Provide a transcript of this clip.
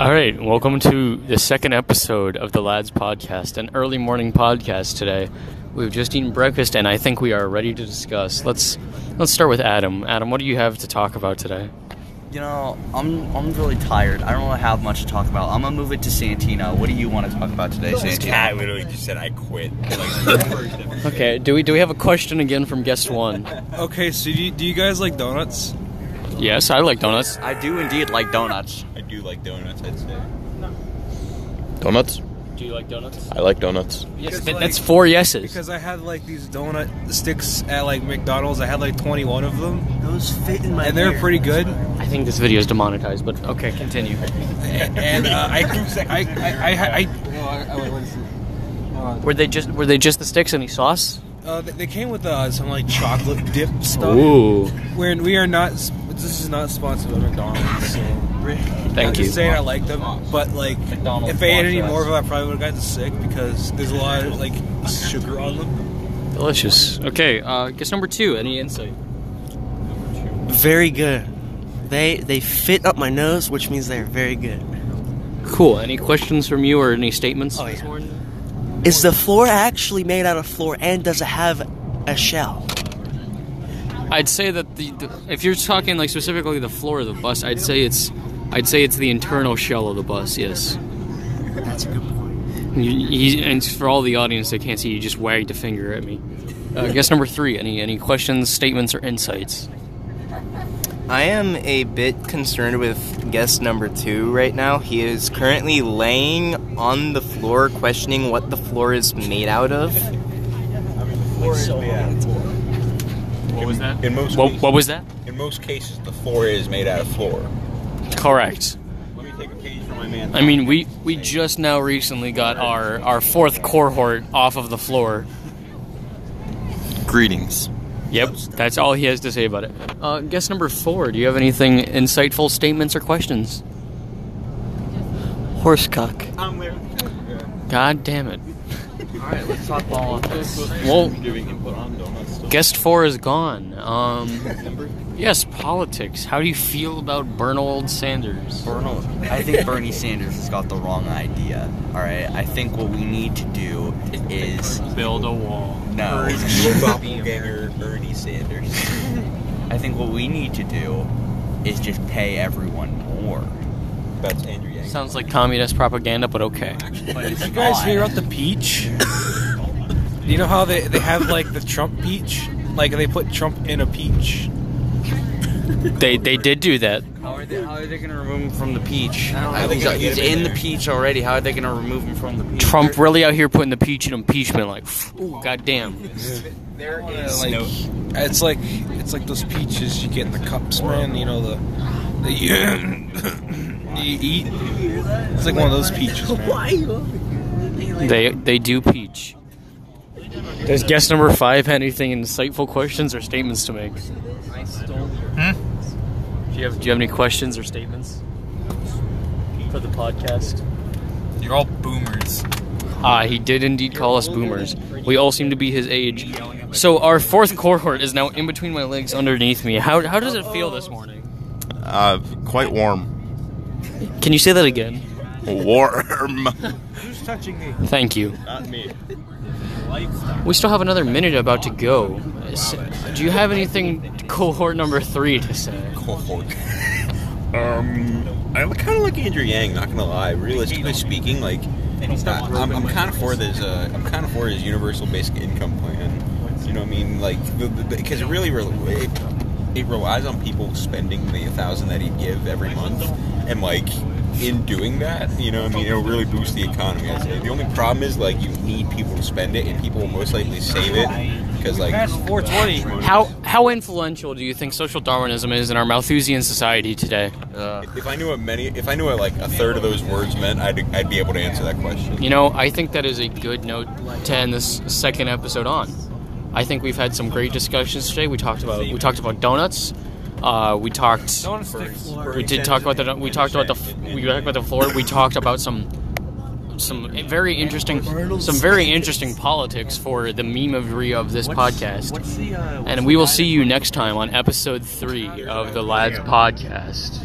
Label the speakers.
Speaker 1: All right, welcome to the second episode of the Lads Podcast, an early morning podcast today. We've just eaten breakfast, and I think we are ready to discuss. Let's let's start with Adam. Adam, what do you have to talk about today?
Speaker 2: You know, I'm I'm really tired. I don't really have much to talk about. I'm gonna move it to Santino. What do you want to talk about today,
Speaker 3: This
Speaker 2: Santino?
Speaker 3: cat literally just said, "I quit." Like,
Speaker 1: Okay, do we do we have a question again from guest one?
Speaker 4: Okay, so do you, do you guys like donuts?
Speaker 1: yes, I like donuts.
Speaker 2: I do indeed like donuts.
Speaker 3: I do like donuts. I'd say.
Speaker 5: Donuts?
Speaker 1: Do you like donuts?
Speaker 5: I like donuts.
Speaker 1: Yes,
Speaker 4: Because,
Speaker 1: that-
Speaker 4: like-
Speaker 1: that's four yeses.
Speaker 4: Because I had like these donut sticks at like McDonald's. I had like 21 of them,
Speaker 2: Those fit in my.
Speaker 4: and they're pretty good.
Speaker 1: I think this video is demonetized, but okay, continue.
Speaker 4: And uh, I, I, I, I,
Speaker 1: Were they just were they just the sticks? Any sauce?
Speaker 4: I uh, they- they came with uh, some like chocolate dip stuff.
Speaker 1: Ooh,
Speaker 4: We're, we are not. s- This is not sponsored by McDonald's. So. I'm
Speaker 1: thank you.
Speaker 4: just saying I like them, but like
Speaker 2: McDonald's
Speaker 4: if I ate any
Speaker 2: sponsor us.
Speaker 4: more of them, I probably would have gotten sick because there's a lot of like sugar on them.
Speaker 1: Delicious. Okay, uh, guess number two. Any insight?
Speaker 6: Very good. They they fit up my nose, which means they're very good.
Speaker 1: Cool. Any questions from you or any statements?
Speaker 6: Oh, yeah. Is the floor actually made out of floor and does it have a shell?
Speaker 1: I'd say that the, the if you're talking like specifically the floor of the bus, I'd say it's I'd say it's the internal shell of the bus. Yes.
Speaker 6: That's a good point.
Speaker 1: You, you- and for all the audience that can't see, you just wagged a finger at me. Uh, guess number three. Any any questions, statements, or insights?
Speaker 7: I am a bit concerned with guest number two right now. He is currently laying on the floor, questioning what the floor is made out of.
Speaker 1: What was that?
Speaker 3: In most
Speaker 1: What,
Speaker 3: cases,
Speaker 1: what was that?
Speaker 3: in most cases, the floor is made out of floor.
Speaker 1: Correct.
Speaker 3: Let me take a page from my man.
Speaker 1: I mean, we we just now recently got our our fourth cohort off of the floor.
Speaker 5: Greetings.
Speaker 1: Yep, that's all he has to say about it. Uh, guess number four. Do you have anything insightful, statements, or questions?
Speaker 6: Horsecock.
Speaker 1: God damn it.
Speaker 2: All right, let's talk ball off this.
Speaker 1: Well, guest four is gone. Um, yes, politics. How do you feel about Bernold Sanders?
Speaker 2: I think Bernie Sanders has got the wrong idea. All right, I think what we need to do is
Speaker 1: Build a wall.
Speaker 2: no.
Speaker 3: doppelganger Bernie Sanders.
Speaker 2: I think what we need to do is just pay everyone more.
Speaker 3: That's Andrew Yang.
Speaker 1: Sounds like communist propaganda, but okay.
Speaker 2: But it's
Speaker 4: You guys
Speaker 2: not.
Speaker 4: hear about the peach? you know how they, they have like the Trump peach? Like they put Trump in a peach.
Speaker 1: They they did do that.
Speaker 8: How are they, how are they going to remove him from the peach?
Speaker 3: know.
Speaker 8: He's,
Speaker 3: They're gonna
Speaker 8: he's
Speaker 3: get him in
Speaker 8: in the
Speaker 3: there.
Speaker 8: peach already. How are they going to remove him from the peach?
Speaker 1: Trump really out here putting the peach in impeachment. Like, ooh, goddamn.
Speaker 4: There is like it's like it's like those peaches you get in the cups, man. You know the that you, you eat. It's like one of those peaches, man.
Speaker 1: They they do peach. Does guest number five have anything insightful questions or statements to make? Hmm? Do you have Do you have any questions or statements for the podcast?
Speaker 9: You're all boomers.
Speaker 1: Ah, he did indeed call us boomers. We all seem to be his age. So our fourth cohort is now in between my legs, underneath me. How How does it feel this morning?
Speaker 5: Uh, quite warm.
Speaker 1: Can you say that again?
Speaker 5: Warm.
Speaker 1: Thank you.
Speaker 3: Not me.
Speaker 1: We still have another minute about to go. S- Do you have anything to cohort number three to say?
Speaker 3: Cohort. um, I kind of like Andrew Yang. Not gonna lie. Realistically speaking, like I- I'm, I'm kind of for this. Uh, I'm kind of for his universal basic income plan. You know what I mean? Like, because it really re- it, it relies on people spending the thousand that he'd give every month, and like in doing that, you know what I mean? It'll really boost the economy. I'd say. The only problem is like you need people to spend it, and people will most likely save it because like
Speaker 4: 420.
Speaker 1: How how influential do you think social Darwinism is in our Malthusian society today?
Speaker 3: if I knew what many, if I knew what like a third of those words meant, I'd, I'd be able to answer that question.
Speaker 1: You know, I think that is a good note to end this second episode on. I think we've had some great discussions today. We talked about we talked about donuts. Uh, we talked. We did talk about the. We talked about the. f- We talked about the floor. We talked about some. Some very interesting, some very interesting politics for the memery of this podcast,
Speaker 2: What's the, uh,
Speaker 1: and we will see you next time on episode three of the Lads Podcast.